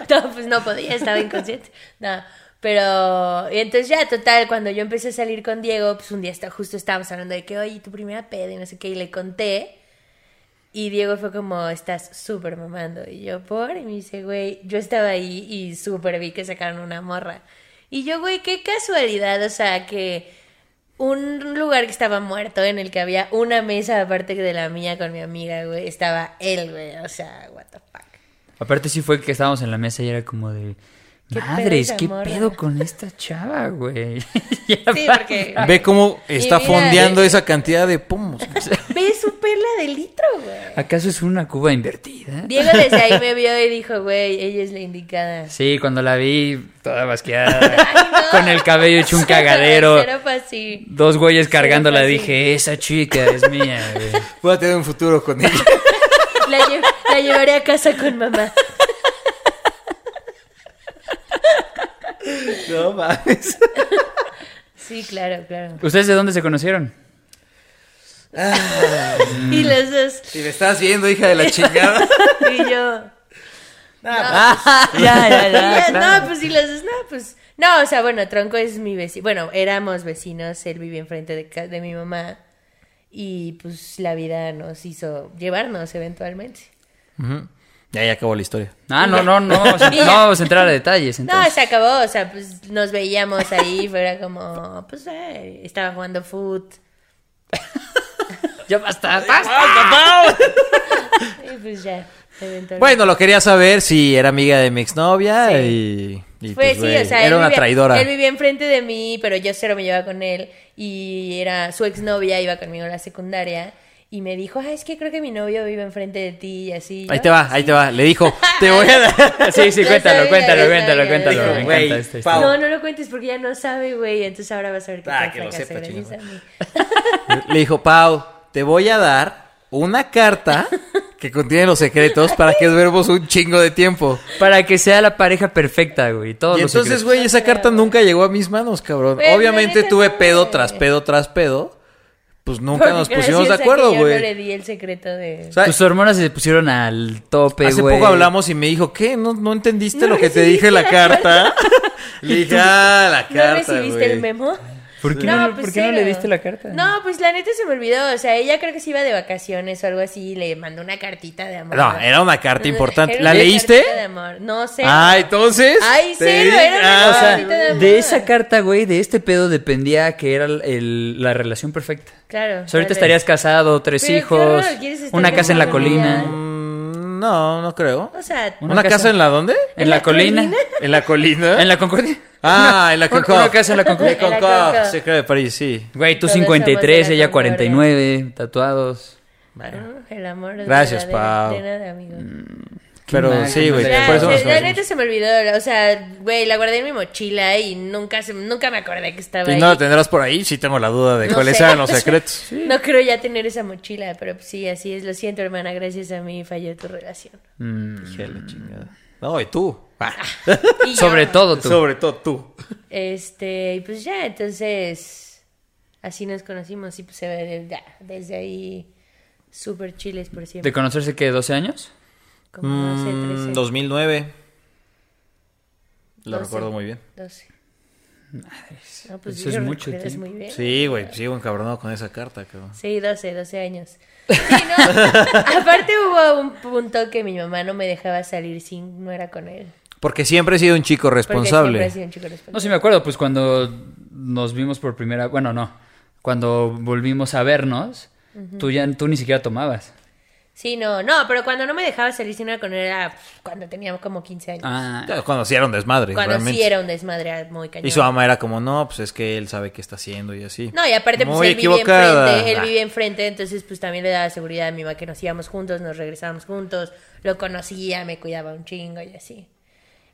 No, pues no podía, estaba inconsciente. No, pero... Y entonces ya, total, cuando yo empecé a salir con Diego, pues un día está, justo estábamos hablando de que, oye, tu primera peda y no sé qué, y le conté. Y Diego fue como, estás súper mamando. Y yo, por, y me dice, güey, yo estaba ahí y súper vi que sacaron una morra. Y yo, güey, qué casualidad, o sea, que un lugar que estaba muerto, en el que había una mesa aparte de la mía con mi amiga, güey, estaba él, güey, o sea, what the fuck. Aparte sí fue que estábamos en la mesa y era como de... ¿Qué Madres, pedo esa ¿qué morra?" pedo con esta chava, güey? Sí, porque Ve cómo está mira, fondeando ve- esa cantidad de pomos. ve su perla de litro, güey. ¿Acaso es una cuba invertida? Diego desde ahí me vio y dijo, güey, ella es la indicada. Sí, cuando la vi, toda basqueada, Ay, no. con el cabello hecho un cagadero, Cero fue así. dos güeyes cargándola, fue así. dije, esa chica es mía, güey. Voy a tener un futuro con ella. La, lle- la llevaré a casa con mamá. No mames. Sí, claro, claro. ¿Ustedes de dónde se conocieron? Mm. Y los dos. Si me estás viendo, hija de la chingada. Y yo. Ah, pues, ya, y ya, No, pues y los dos, no, pues. No, o sea, bueno, Tronco es mi vecino. Bueno, éramos vecinos, él vivía enfrente de, ca- de mi mamá. Y pues la vida nos hizo llevarnos eventualmente. Ujú. Ya, ya acabó la historia. Ah, no, no, no, o sea, Y ya. no vamos a entrar a detalles, No, entonces. se acabó, o sea, pues nos veíamos ahí, pero era como, pues eh, estaba jugando foot. Ya basta, basta. Y pues ya, eventualmente. Bueno, lo quería saber si era amiga de mi exnovia y, y, Fue, pues, sí, güey, o sea, él era una vivía- traidora. Él vivía enfrente de mí, pero yo cero me llevaba con él. Y era su exnovia, iba conmigo a la secundaria. Y me dijo, ah, es que creo que mi novio vive enfrente de ti y así. Ahí te va, ahí te va. Le dijo, te voy a dar. Sí, sí, Ya cuéntalo, sabía, cuéntalo, ya cuéntalo, sabía, cuéntalo, ya me sabía. encanta Güey, esta Pau. historia. No, no lo cuentes porque ya no sabe, güey. Entonces ahora vas a ver que Ah, te que lo fracasé, sepa, gracias chingada. a mí. Le dijo, Pau, te voy a dar una carta que contiene los secretos para que verbos un chingo de tiempo. Para que sea la pareja perfecta, güey, todos Y los entonces, secretos. güey, esa carta nunca llegó a mis manos, cabrón. Güey, la Obviamente neta, tuve no, pedo güey. tras pedo tras pedo. Pues nunca Porque nos pusimos de gracias a que acuerdo, Yo no güey. le di el secreto de... O sea, Tus hormonas se pusieron al tope, güey. Hace poco hablamos y me dijo, ¿qué? ¿No, no entendiste lo ¿No que te recibiste dije en la la carta? Le dije, ah, la ¿No carta, recibiste güey. el memo? ¿Por qué no, por qué no le cero. diste la carta? pues No, pues la neta se me olvidó. O sea, ella creo que se iba de vacaciones o algo así y le mandó una cartita de amor. No, era una carta importante. Era ¿La una leíste? cartita de amor. No sé. Ah, entonces. Ay, te ah, cero, dije- era una O sea, Ay, te da de miedo. esa carta, güey, de este pedo dependía que era el- la relación perfecta. Claro. O sea, ahorita tal vez. estarías casado, tres Pero qué hijos, horror, ¿quieres estar una casa en la casado con colina. ella? Mm, No, no creo. O sea, ¿Una, casa, en la dónde? ¿En la colina? ¿En la colina? ¿En la Concordia? Ah, en la Una- Concorde. Una casa en la De Concordia. En la Concorde, Concorde. se cree de París, sí. Güey, tú Todos somos de la 53, ella Concordia. 49, tatuados. Bueno, Ah, El amor es Gracias, verdadero, Pau. de nada, amigo. pero mal, sí, güey. Ya, Por eso se- nos la conocimos. neta se me olvidó, o sea, güey, la guardé en mi mochila y nunca se, nunca me acordé que estaba Y ahí. no lo tendrás por ahí, sí tengo la duda de No cuáles sé. eran los secretos. No creo ya tener esa mochila, pero pues, sí, así es. Lo siento, hermana, gracias a mí falló tu relación. Dije, la chingada. No, y tú. Ah, Y yo, Sobre todo tú. Sobre todo tú. Este, y pues ya, entonces, así nos conocimos y pues se ve de- ya, desde ahí súper chiles por siempre. ¿De conocerse qué, 12 años? Como no mm, sé, Mm, 13, 2009. Lo Doce. recuerdo muy bien. 12. No, pues Eso sí, es lo mucho recuerdas tiempo. muy bien. Sí, güey, sigo encabronado con esa carta, cabrón. Sí, 12, 12 años. Sí, no. Aparte hubo un punto que mi mamá no me dejaba salir sin, no era con él. Porque siempre he sido un chico Porque responsable. siempre ha sido un chico No, responsable. sí me acuerdo, pues cuando nos vimos por primera... Bueno, no. Cuando volvimos a vernos, tú ya tú ni siquiera tomabas. Sí, no, no, pero cuando no me dejaba salir sin con él era pff, cuando teníamos como 15 años. Ah, Cuando sí era un desmadre, cuando realmente. sí era un desmadre muy cañón. Y su mamá era como, no, pues es que él sabe qué está haciendo y así. No, y aparte, pues Muy él equivocada. vive enfrente, él Ah. vive enfrente, entonces pues también le daba seguridad a mi mamá que nos íbamos juntos, nos regresábamos juntos, lo conocía, me cuidaba un chingo y así.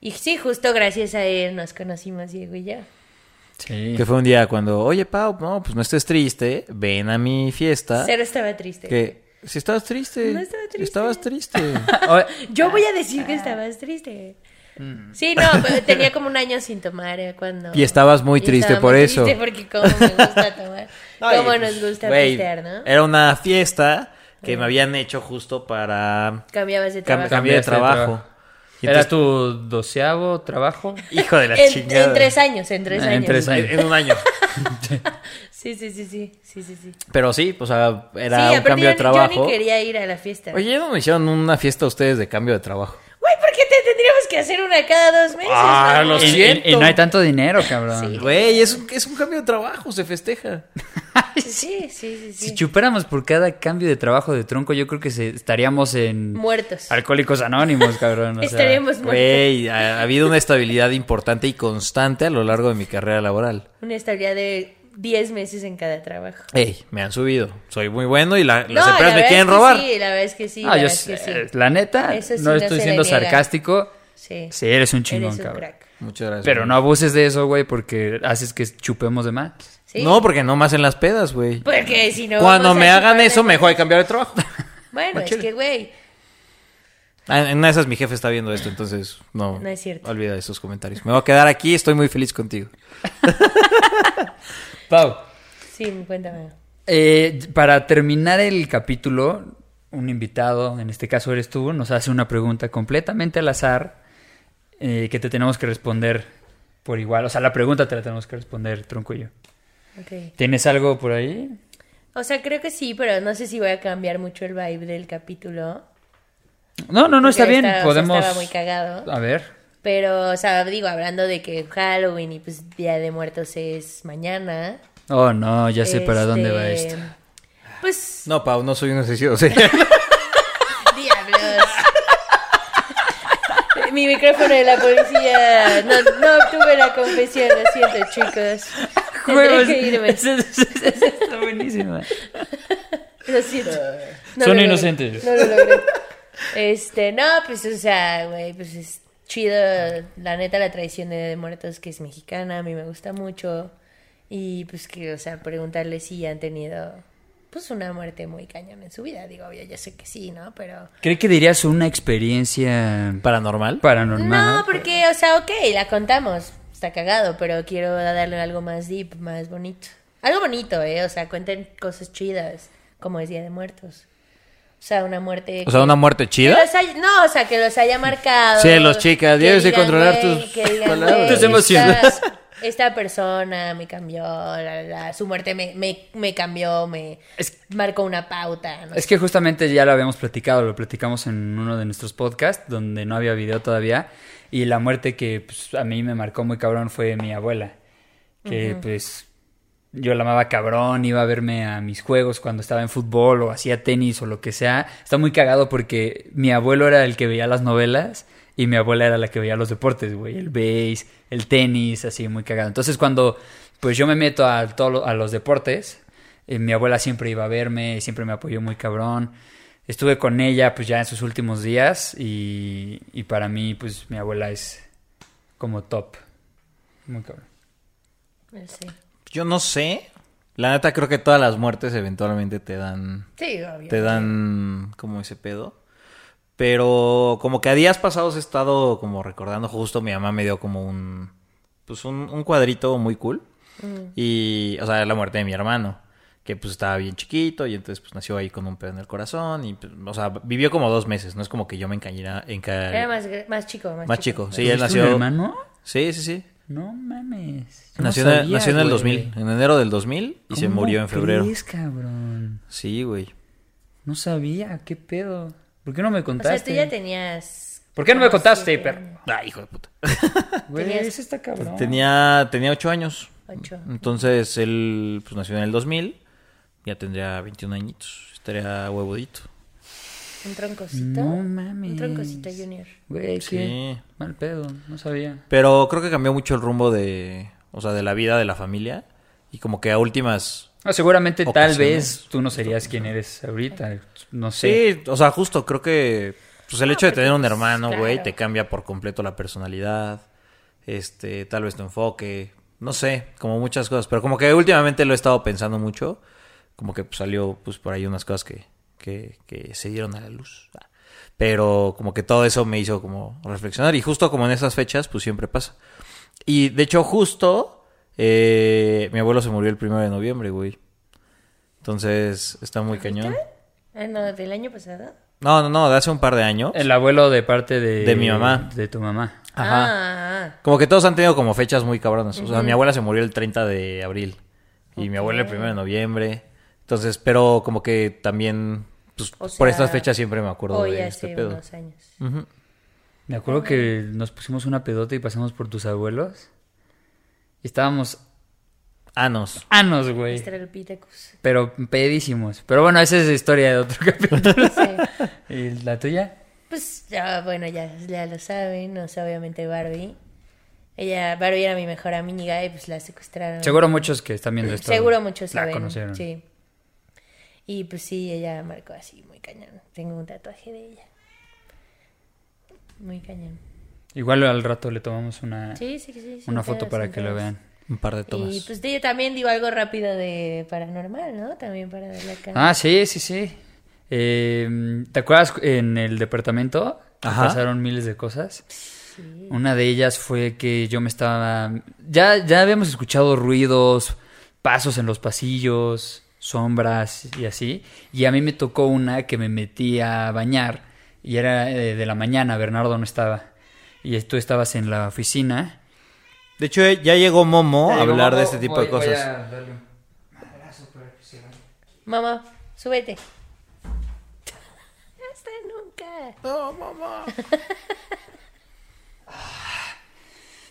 Y sí, justo gracias a él nos conocimos Diego y yo. sí. Que fue un día cuando, oye, Pau, no, pues no estés triste, ven a mi fiesta. Cero estaba triste. Que si estabas triste. No estaba triste. Estabas triste. O- Yo voy a decir Ah. que estabas triste. Mm. Sí, no, pero tenía como un año sin tomar eh, cuando... Y estabas muy y triste estaba por muy eso. Triste porque como me gusta tomar, No, como y, nos pues, gusta güey, pistear, ¿no? Era una fiesta que me habían hecho justo para Cambiabas de cam- trabajo. cambiar de Cambiaste de trabajo. trabajo. Y ¿Era entonces- tu doceavo trabajo? Hijo de la En- chingada. en tres años, en tres En años. tres años. En un año. Sí, sí, sí, sí, sí, sí, sí. Pero sí, o sea, era sí, un aparte cambio yo de ni- Yo trabajo. ni quería ir a la fiesta. Oye, ¿ya ¿no me hicieron una fiesta a ustedes de cambio de trabajo? Güey, ¿por qué te tendríamos que hacer una cada dos meses? Ah, no? lo Y, y- siento. y no hay tanto dinero, cabrón. Sí. Güey, es un, es un cambio de trabajo, se festeja. Sí, sí, sí, sí. Si chupáramos por cada cambio de trabajo de tronco, yo creo que se- estaríamos en Muertos. Alcohólicos Anónimos, cabrón. o sea. Estaríamos muertos. Güey, ha, ha habido una estabilidad importante y constante a lo largo de mi carrera laboral. Una estabilidad de 10 meses en cada trabajo. Ey, me han subido. Soy muy bueno y la- No, las empresas la me verdad quieren es que robar. Sí, la verdad es que sí. No, la Ah, yo verdad sé- es que sí. la neta, Eso sí, no no estoy se siendo le niega. sarcástico. Sí. Sí, eres un chingón, Eres un cabrón. crack. Muchas gracias. Pero güey. no abuses de eso, güey, porque haces que chupemos de más. Sí. No, porque no más en las pedas, güey. Porque si no. Cuando vamos a me hagan chupar eso, de- mejor hay que cambiar de trabajo. Bueno, es Chile. que, güey. Ah, En una de esas mi jefe está viendo esto, entonces no. No es cierto. Olvida esos comentarios. Me voy a quedar aquí, estoy muy feliz contigo. Pau, Sí, cuéntame. eh, para terminar el capítulo, un invitado, en este caso eres tú, nos hace una pregunta completamente al azar eh, que te tenemos que responder por igual. O sea, la pregunta te la tenemos que responder, tronco y yo. Ok. ¿Tienes algo por ahí? O sea, creo que sí, pero no sé si voy a cambiar mucho el vibe del capítulo. No, no, no, está Porque bien. estaba- o sea, Podemos. Estaba muy cagado. A ver. Pero, o sea, digo, hablando de que Halloween y pues Día de Muertos es mañana. Oh, no, ya sé para este, dónde va esto. Pues, No, Pau, no soy un asesino. sí. diablos. Mi micrófono de la policía. No, no obtuve la confesión, lo siento, chicos. Tendré Juegos. que irme. Eso- eso- eso Está buenísimo. Lo siento. Son No lo logré. inocentes. No lo logré. Este, no, pues, o sea, güey, pues es chido. La neta, la tradición de muertos que es mexicana, a mí me gusta mucho. Y pues que, o sea, preguntarle si han tenido, pues, una muerte muy cañón en su vida. Digo, obvio, yo sé que sí, ¿no? Pero... ¿Cree que dirías una experiencia Paranormal. paranormal? No, porque, o sea, ok, la contamos. Está cagado, pero quiero darle algo más deep, más bonito. Algo bonito, ¿eh? O sea, cuenten cosas chidas, como es Día de Muertos. O sea, una muerte... O sea, que- una muerte chida. Que los haya- no, o sea, que los haya marcado. Sí, los chicas, Que debes de digan, controlar güey, tus que digan, palabras. güey, Tus emociones. Esta, esta persona me cambió, la, la, la, su muerte me, me, me cambió, me Es- marcó una pauta. No Es que justamente ya lo habíamos platicado, lo platicamos en uno de nuestros podcasts donde no había video todavía y la muerte que pues, a mí me marcó muy cabrón fue mi abuela, que pues yo la amaba cabrón, iba a verme a mis juegos cuando estaba en fútbol o hacía tenis o lo que sea. Está muy cagado porque mi abuelo era el que veía las novelas y mi abuela era la que veía los deportes, güey, el base, el tenis, así muy cagado. Entonces cuando pues yo me meto a, todo, lo- a los deportes, eh, mi abuela siempre iba a verme, siempre me apoyó muy cabrón. Estuve con ella pues ya en sus últimos días y, y para mí pues mi abuela es como top. Muy cabrón. Sí. Yo no sé. La neta creo que todas las muertes eventualmente te dan Sí, obvio. te dan como ese pedo. Pero como que a días pasados he estado como recordando, justo mi mamá me dio como un, pues un, un cuadrito muy cool. Mm. Y, o sea, la muerte de mi hermano, que pues estaba bien chiquito y entonces pues nació ahí con un pedo en el corazón y, pues, o sea, vivió como dos meses, no es como que yo me encañera, enca... Era más, gr- más chico, más, más chico. Sí, él ¿Tuviste nació... un hermano? Sí, sí, sí. No mames. Yo no Nació, en el- sabía, nació en el güey. 2000, en enero del 2000 y se ¿Cómo murió en febrero. crees, cabrón? Sí, güey. No sabía, qué pedo. ¿Por qué no me O contaste? sea, tú ya tenías... ¿Por qué no me como contaste, siete perro? Ah, hijo de puta. Güey, Tenías- ese está cabrón. Tenía, tenía ocho años. Ocho. Mm, Entonces él pues, nació en el 2000, ya tendría 21 añitos, estaría huevudito. Un troncosito. No mames. Un troncosito junior. Güey, sí. Sí. Mal pedo, no sabía. Pero creo que cambió mucho el rumbo de, o sea, de la vida de la familia. Y como que a últimas... No, Ah, seguramente tal Ocasiones. vez tú no serías quien eres ahorita. No sé. Sí, o sea, justo creo que pues el No, hecho de porque, tener un pues, hermano, güey, claro. te cambia por completo la personalidad, este, tal vez tu enfoque, no sé, como muchas cosas, pero como que últimamente lo he estado pensando mucho, como que pues, salió pues por ahí unas cosas que, que, que se dieron a la luz. Ah. Pero como que todo eso me hizo como reflexionar y justo como en esas fechas pues siempre pasa. Y de hecho justo eh, mi abuelo se murió el primero de noviembre, güey. Entonces está muy cañón. Ah, no, del año pasado. No, no, no, de hace un par de años. El abuelo de parte de... De mi mamá. De tu mamá. Ajá. Ah, Como que todos han tenido como fechas muy cabronas. O sea, mi abuela se murió el 30 de abril. Y mi abuela el 1 de noviembre. Entonces, pero como que también, pues, o por sea, estas fechas siempre me acuerdo hoy de hace este pedo. unos años. Me acuerdo que nos pusimos una pedota y pasamos por tus abuelos. Y estábamos Anos. anos, güey. Australopithecus. Pero pedísimos. Pero bueno, esa es la historia de otro capítulo. ¿Y la tuya? Pues ya, bueno, ya, ya lo saben, o sea, obviamente Barbie. Ella, Barbie era mi mejor amiga y pues la secuestraron. Seguro muchos que están viendo esto. Seguro muchos la saben. conocieron. Sí. Y pues sí, ella marcó así, muy cañón. Tengo un tatuaje de ella. Muy cañón. Igual al rato le tomamos una, Sí, sí, sí. sí, una claro, foto para sin que lo pedos. vean. Un par de tomas. Y pues yo también digo algo rápido de paranormal, ¿no? También para darle acá. Ah, sí, sí, sí. Eh, ¿Te acuerdas en el departamento? Ajá. Pasaron miles de cosas. Una de ellas fue que yo me estaba... Ya, ya habíamos escuchado ruidos, pasos en los pasillos, sombras y así. Y a mí me tocó una que me metí a bañar y era eh, de la mañana, Bernardo no estaba. Y tú estabas en la oficina. De hecho, eh, ya llegó Momo a hablar de este tipo de Voy- voy cosas. a darle un- Mamá, súbete. Hasta nunca.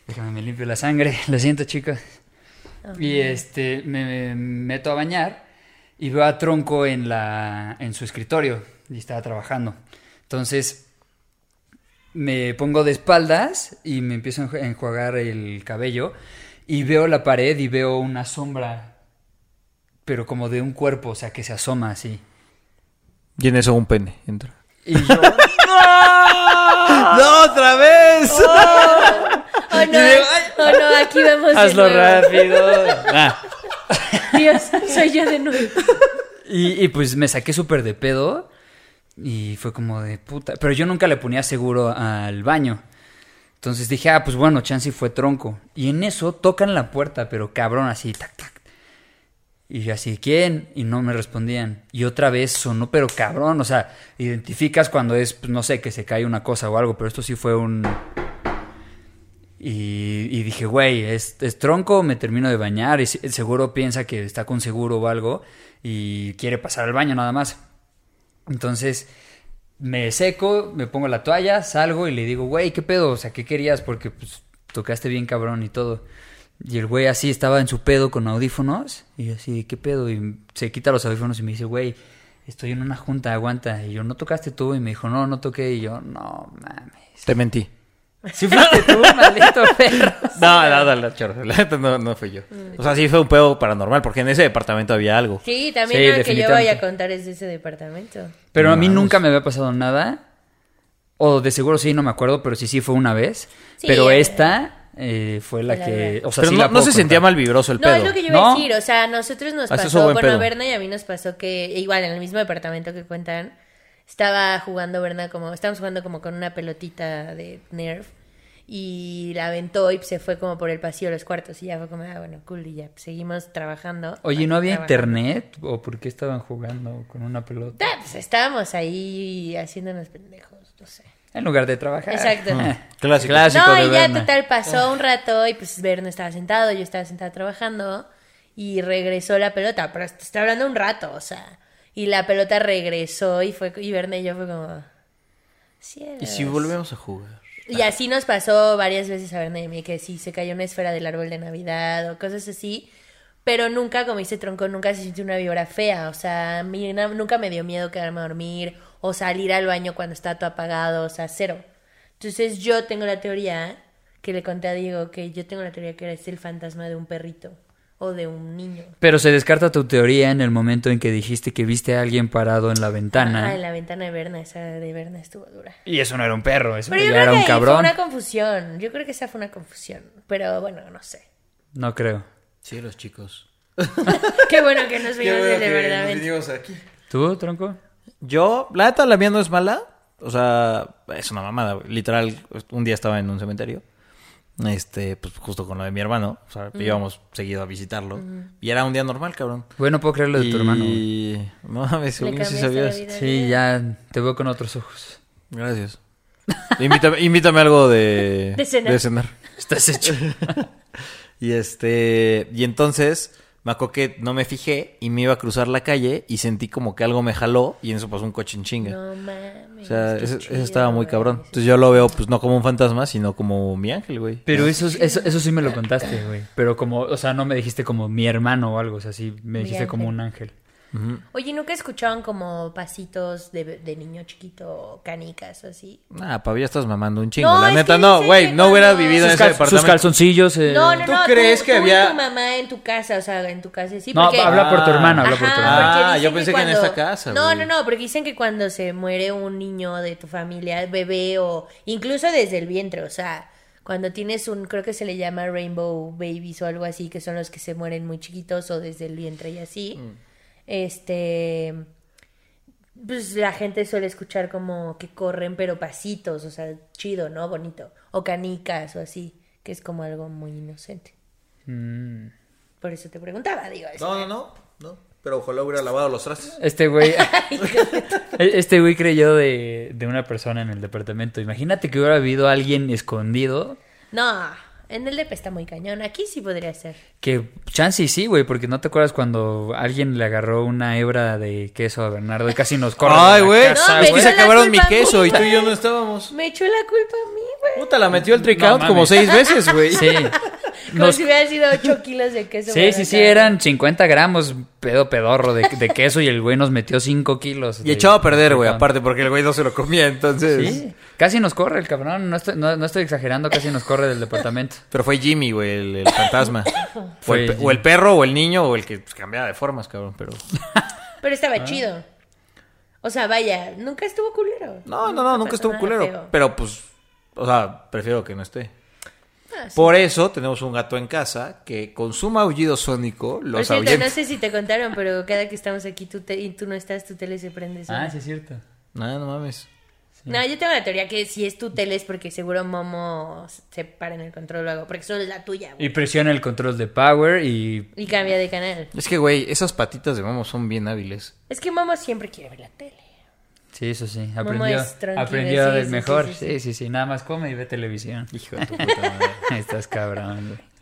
Déjame, me limpio la sangre. Lo siento, chicos. Y este, me, me meto a bañar y veo a Tronco en, la, en su escritorio y estaba trabajando. Entonces, me pongo de espaldas y me empiezo a enju- a enjuagar el cabello y veo la pared y veo una sombra, pero como de un cuerpo, o sea, que se asoma así. Y en eso un pene entra. Y yo... ¡No, otra vez! Oh no, oh no, aquí vamos. de Hazlo nuevo. rápido. Ah, Dios, soy yo de nuevo. Y, y, pues me saqué súper de pedo. Y fue como de puta. Pero yo nunca le ponía seguro al baño. Entonces dije, ah, pues bueno, Chansey fue tronco. Y en eso tocan la puerta, pero cabrón, así, tac, tac. Y yo así, ¿quién? Y no me respondían. Y otra vez sonó, pero cabrón. O sea, identificas cuando es, pues, no sé, que se cae una cosa o algo, pero esto sí fue un. Y, y dije, güey, es, es tronco, me termino de bañar. Y se- seguro piensa que está con seguro o algo y quiere pasar al baño nada más. Entonces me seco, me pongo la toalla, salgo y le digo, güey, ¿qué pedo? O sea, ¿qué querías? Porque pues, tocaste bien cabrón y todo. Y el güey así estaba en su pedo con audífonos y yo así, ¿qué pedo? Y se quita los audífonos y me dice, güey, estoy en una junta, aguanta. Y yo, ¿no tocaste tú? Y me dijo, no, no toqué. Y yo, no mames. Te mentí. Si fuiste tú, maldito perro. No, no, no, no, chorro. La neta no, no fui yo. O sea, sí fue un pedo paranormal, porque en ese departamento había algo. Sí, Sí, también lo que yo voy definitivamente. a contar es de ese departamento. Pero a mí nunca me había pasado nada. O de seguro sí, no me acuerdo, pero sí, sí fue una vez. Sí, pero eh. esta eh, fue la La que. O sea, Pero sí no, la no puedo se contar. sentía mal vibroso el No, pedo. es lo que yo iba a ¿No? Ah, decir. O sea, a nosotros nos Haces un pasó, buen bueno, pedo. a Berna y a mí nos pasó que, igual en el mismo departamento que cuentan, estaba jugando Berna como, estábamos jugando como con una pelotita de Nerf y la aventó y se fue como por el pasillo de los cuartos y ya fue como, ah, bueno, cool, y ya pues, seguimos trabajando. Oye, ¿no Ah, Bueno, había trabajando. internet? ¿O por qué estaban jugando con una pelota? Ah, pues, estábamos ahí haciéndonos pendejos, no sé. En lugar de trabajar. Ah. Exacto. Clásico. Clásico No, de y ya Berna. total pasó un rato y pues Berno estaba sentado, yo estaba sentada trabajando y regresó la pelota, pero te estoy hablando un rato, o sea, y la pelota regresó y fue y Berna y yo fue como "Cielos". ¿Y si volvemos a jugar? Y así nos pasó varias veces a Berna y a mí que sí se cayó una esfera del árbol de Navidad o cosas así, pero nunca como hice tronco, nunca se sintió una vibra fea, o sea, a mí na- nunca me dio miedo quedarme a dormir o salir al baño cuando está todo apagado, o sea, cero. Entonces yo tengo la teoría que le conté a Diego que yo tengo la teoría que es el fantasma de un perrito o de un niño. Pero se descarta tu teoría en el momento en que dijiste que viste a alguien parado en la ventana. Ah, en la ventana de Berna, esa de Berna estuvo dura. Y eso no era un perro, eso Pero ya yo creo era que un ahí cabrón. fue una confusión. Yo creo que esa fue una confusión. Pero bueno, no sé. No creo. Sí, los chicos. Qué bueno que nos vimos de verdad. aquí. ¿Tú, tronco? Yo, la neta, la mía no es mala. O sea, es una mamada, güey. Literal, un día estaba en un cementerio. Este, pues justo con lo de mi hermano. O sea, íbamos seguido a visitarlo. Y era un día normal, cabrón. Bueno, puedo creer lo de tu hermano. güey. Y... No mames, Le según yo sí cambiaste sabías. la vida. Sí, ya te veo con otros ojos. Gracias. invítame, invítame algo de, De cenar. Estás hecho. Y este, y entonces me acuerdo que no me fijé y me iba a cruzar la calle y sentí como que algo me jaló y en eso pasó un coche en chinga. No O mames. sea, qué ese, ese chido, estaba muy güey. cabrón. Entonces yo lo veo, pues no como un fantasma, sino como mi ángel, güey. Pero eso, eso, eso sí me lo contaste, güey. Pero como, o sea, no me dijiste como mi hermano o algo, o sea, sí me Mi dijiste como ángel. un ángel. Oye, ¿nunca escuchaban como pasitos de, de niño chiquito o canicas o así? Ah, Pablo, ya estás mamando un chingo. No, la es neta, que no, dicen güey. que No hubiera cuando- vivido en Sus, ese cal- sus departamento. calzoncillos. eh, No, no, ¿tú no. crees que tú había- Y tu mamá en tu casa, o sea, en tu casa, sí. No, porque... habla por tu Ah. hermana, habla por tu Ajá, hermana. Ah, porque yo dicen pensé que en cuando- esta casa, No, güey. no, no, porque dicen que cuando se muere un niño de tu familia, bebé o incluso desde el vientre, o sea, cuando tienes un, creo que se le llama Rainbow Babies o algo así, que son los que se mueren muy chiquitos o desde el vientre y así, Mm. este, pues la gente suele escuchar como que corren pero pasitos, o sea, chido, ¿no? Bonito. O canicas o así, que es como algo muy inocente. mm, Por eso te preguntaba, digo. es- No, no, no, no. Pero ojalá hubiera lavado los trastes. Este güey. este güey creyó de, de una persona en el departamento. Imagínate que hubiera habido alguien escondido. No, en el DEP está muy cañón. Aquí sí podría ser. Que chance y sí, güey, porque no te acuerdas cuando alguien le agarró una hebra de queso a Bernardo y casi nos corre. de Ay, la güey. casa, No, es que me echó se la acabaron mi culpa a mí, queso y tú y yo güey. no estábamos. Me echó la culpa a mí, güey. Puta, la metió el trick No out como mames. seis veces, güey. Sí. Como Nos- si hubiera sido 8 kilos de queso. sí, sí, sí, eran 50 gramos pedo pedorro de, de queso y el güey nos metió 5 kilos. Y de- echado a perder, güey, de- aparte, porque el güey no se lo comía, entonces. Sí, casi nos corre el cabrón, no estoy, no- no estoy exagerando, casi nos corre del departamento. Pero fue Jimmy, güey, el, el fantasma. o, Fue el, pe- Jimmy. o el perro, o el niño, o el que pues, cambiaba de formas, cabrón, pero... Pero Ah. estaba chido. O sea, vaya, nunca estuvo culero. No, no, no, nunca pasó estuvo nada culero. feo. Pero pues, o sea, prefiero que no esté. Ah, sí. Por eso tenemos un gato en casa que con su maullido sónico Por los cierto, no ahuyenta. sé si te contaron, pero cada que estamos aquí tú te- y tú no estás, tu tele se prende. Ah, sola. Ah, es cierto. No, no mames. No, yo tengo la teoría que si es tu tele es porque seguro Momo se para en el control luego, porque solo es la tuya, güey. Y presiona el control de power y... Y cambia de canal. Es que, güey, esas patitas de Momo son bien hábiles. Es que Momo siempre quiere ver la tele. Sí, eso sí, Momo aprendió, es tranquila, aprendió sí, del sí, mejor. sí, Sí sí, sí, sí, nada más come y ve televisión. Hijo de tu puta madre. Estás cabrón, güey.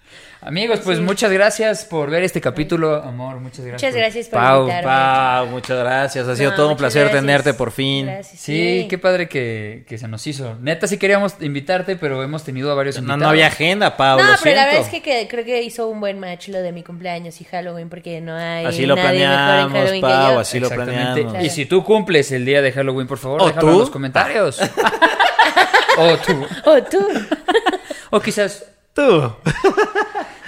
Amigos, pues muchas gracias por ver este capítulo, amor, muchas gracias. Muchas gracias por Pau, invitarme. Pau. Pau, muchas gracias. Ha sido No, todo un muchas placer gracias. tenerte por fin. Gracias, Sí, qué padre que, que se nos hizo. Neta, sí queríamos invitarte, pero hemos tenido a varios No, invitados. no había agenda, Pau, no, Ah, lo pero la siento. verdad es que, que- creo que hizo un buen match lo de mi cumpleaños y Halloween porque no hay Así lo nadie mejor en planeamos, Halloween que Pau, yo. así lo Exactamente. planeamos. Y si tú cumples el día de Halloween, por favor, ¿O déjalo tú? en los comentarios. o tú. O tú. O quizás Tú.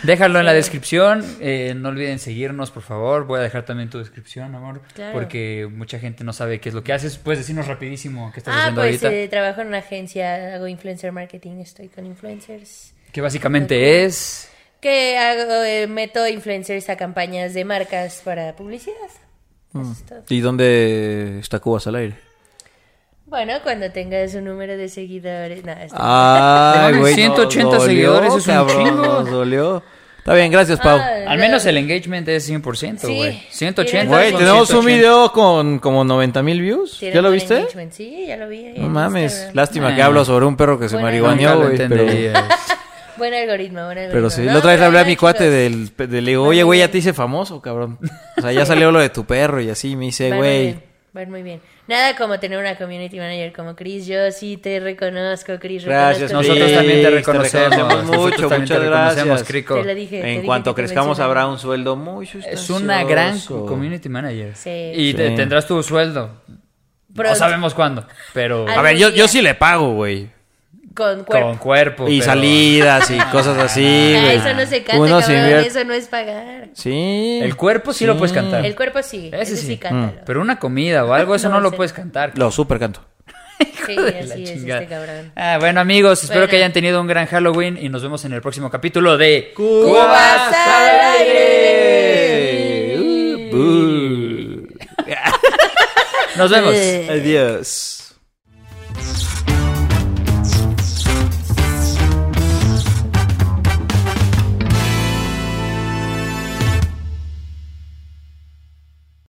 déjalo en la descripción. Eh, no olviden seguirnos, por favor. Voy a dejar también tu descripción, amor. Claro. Porque mucha gente no sabe qué es lo que haces. Puedes decirnos rapidísimo qué estás Ah, haciendo pues ahorita. eh, trabajo en una agencia, hago influencer marketing, estoy con influencers. Que básicamente es... Que hago, eh, meto influencers a campañas de marcas para publicidad. Mm. Eso es todo. ¿Y dónde está Cubas al aire? Bueno, cuando tengas un número de seguidores. No, está- Ah, Mames, güey. 180 dolió, seguidores, eso es un cabrón, chingo. Nos dolió. Está bien, gracias, Pau. Ah, Al menos el engagement es 100%, Sí. güey. 180. Güey, son tenemos un 180. video con como 90 mil views. tiene ¿Ya lo buen viste? engagement. Sí, ya lo vi. en No mames. Instagram. Lástima que Ah. hablo sobre un perro que se Bueno, marihuaneó, Nunca lo güey. Pero, entenderías. Buen algoritmo, buen algoritmo. pero sí. No, La otra vez le pero hablé a no, mi cuate chicos. del, del- Le digo, oye, güey, ya te hice famoso, cabrón. O sea, ya salió lo de tu perro y así. Me dice, Van muy güey. bien, van muy bien. Nada como tener una community manager como Chris. Yo sí te reconozco, Chris. Gracias, reconozco tu Nosotros Sí, talento. también te te reconocemos. reconocemos Nosotros mucho, también te muchas reconocemos, gracias. Crico. Te lo dije. te En dije cuanto que te crezcamos mencionaba. habrá un sueldo muy Es una gran sustancioso". community manager. Sí. Y te- Sí. tendrás tu sueldo. No Pronto. sabemos cuándo, pero A ver, yo, yo sí le pago, güey. Con cuerpo. con cuerpo. Y pero- salidas y cosas así, Ah, güey. eso no se canta, Uno se cabrón, invierte- eso no es pagar. Sí. El cuerpo sí, lo puedes cantar. El cuerpo sí, Ese ese sí, sí. cántalo. Pero una comida o algo, eso no, No, lo ese puedes no. cantar. Lo super canto. Sí, Hijo de la así es chingada. este cabrón. Ah, bueno, amigos, espero Bueno. que hayan tenido un gran Halloween y nos vemos en el próximo capítulo de ¡Cubas al aire! Uh, boo. Nos vemos. Eh. Adiós.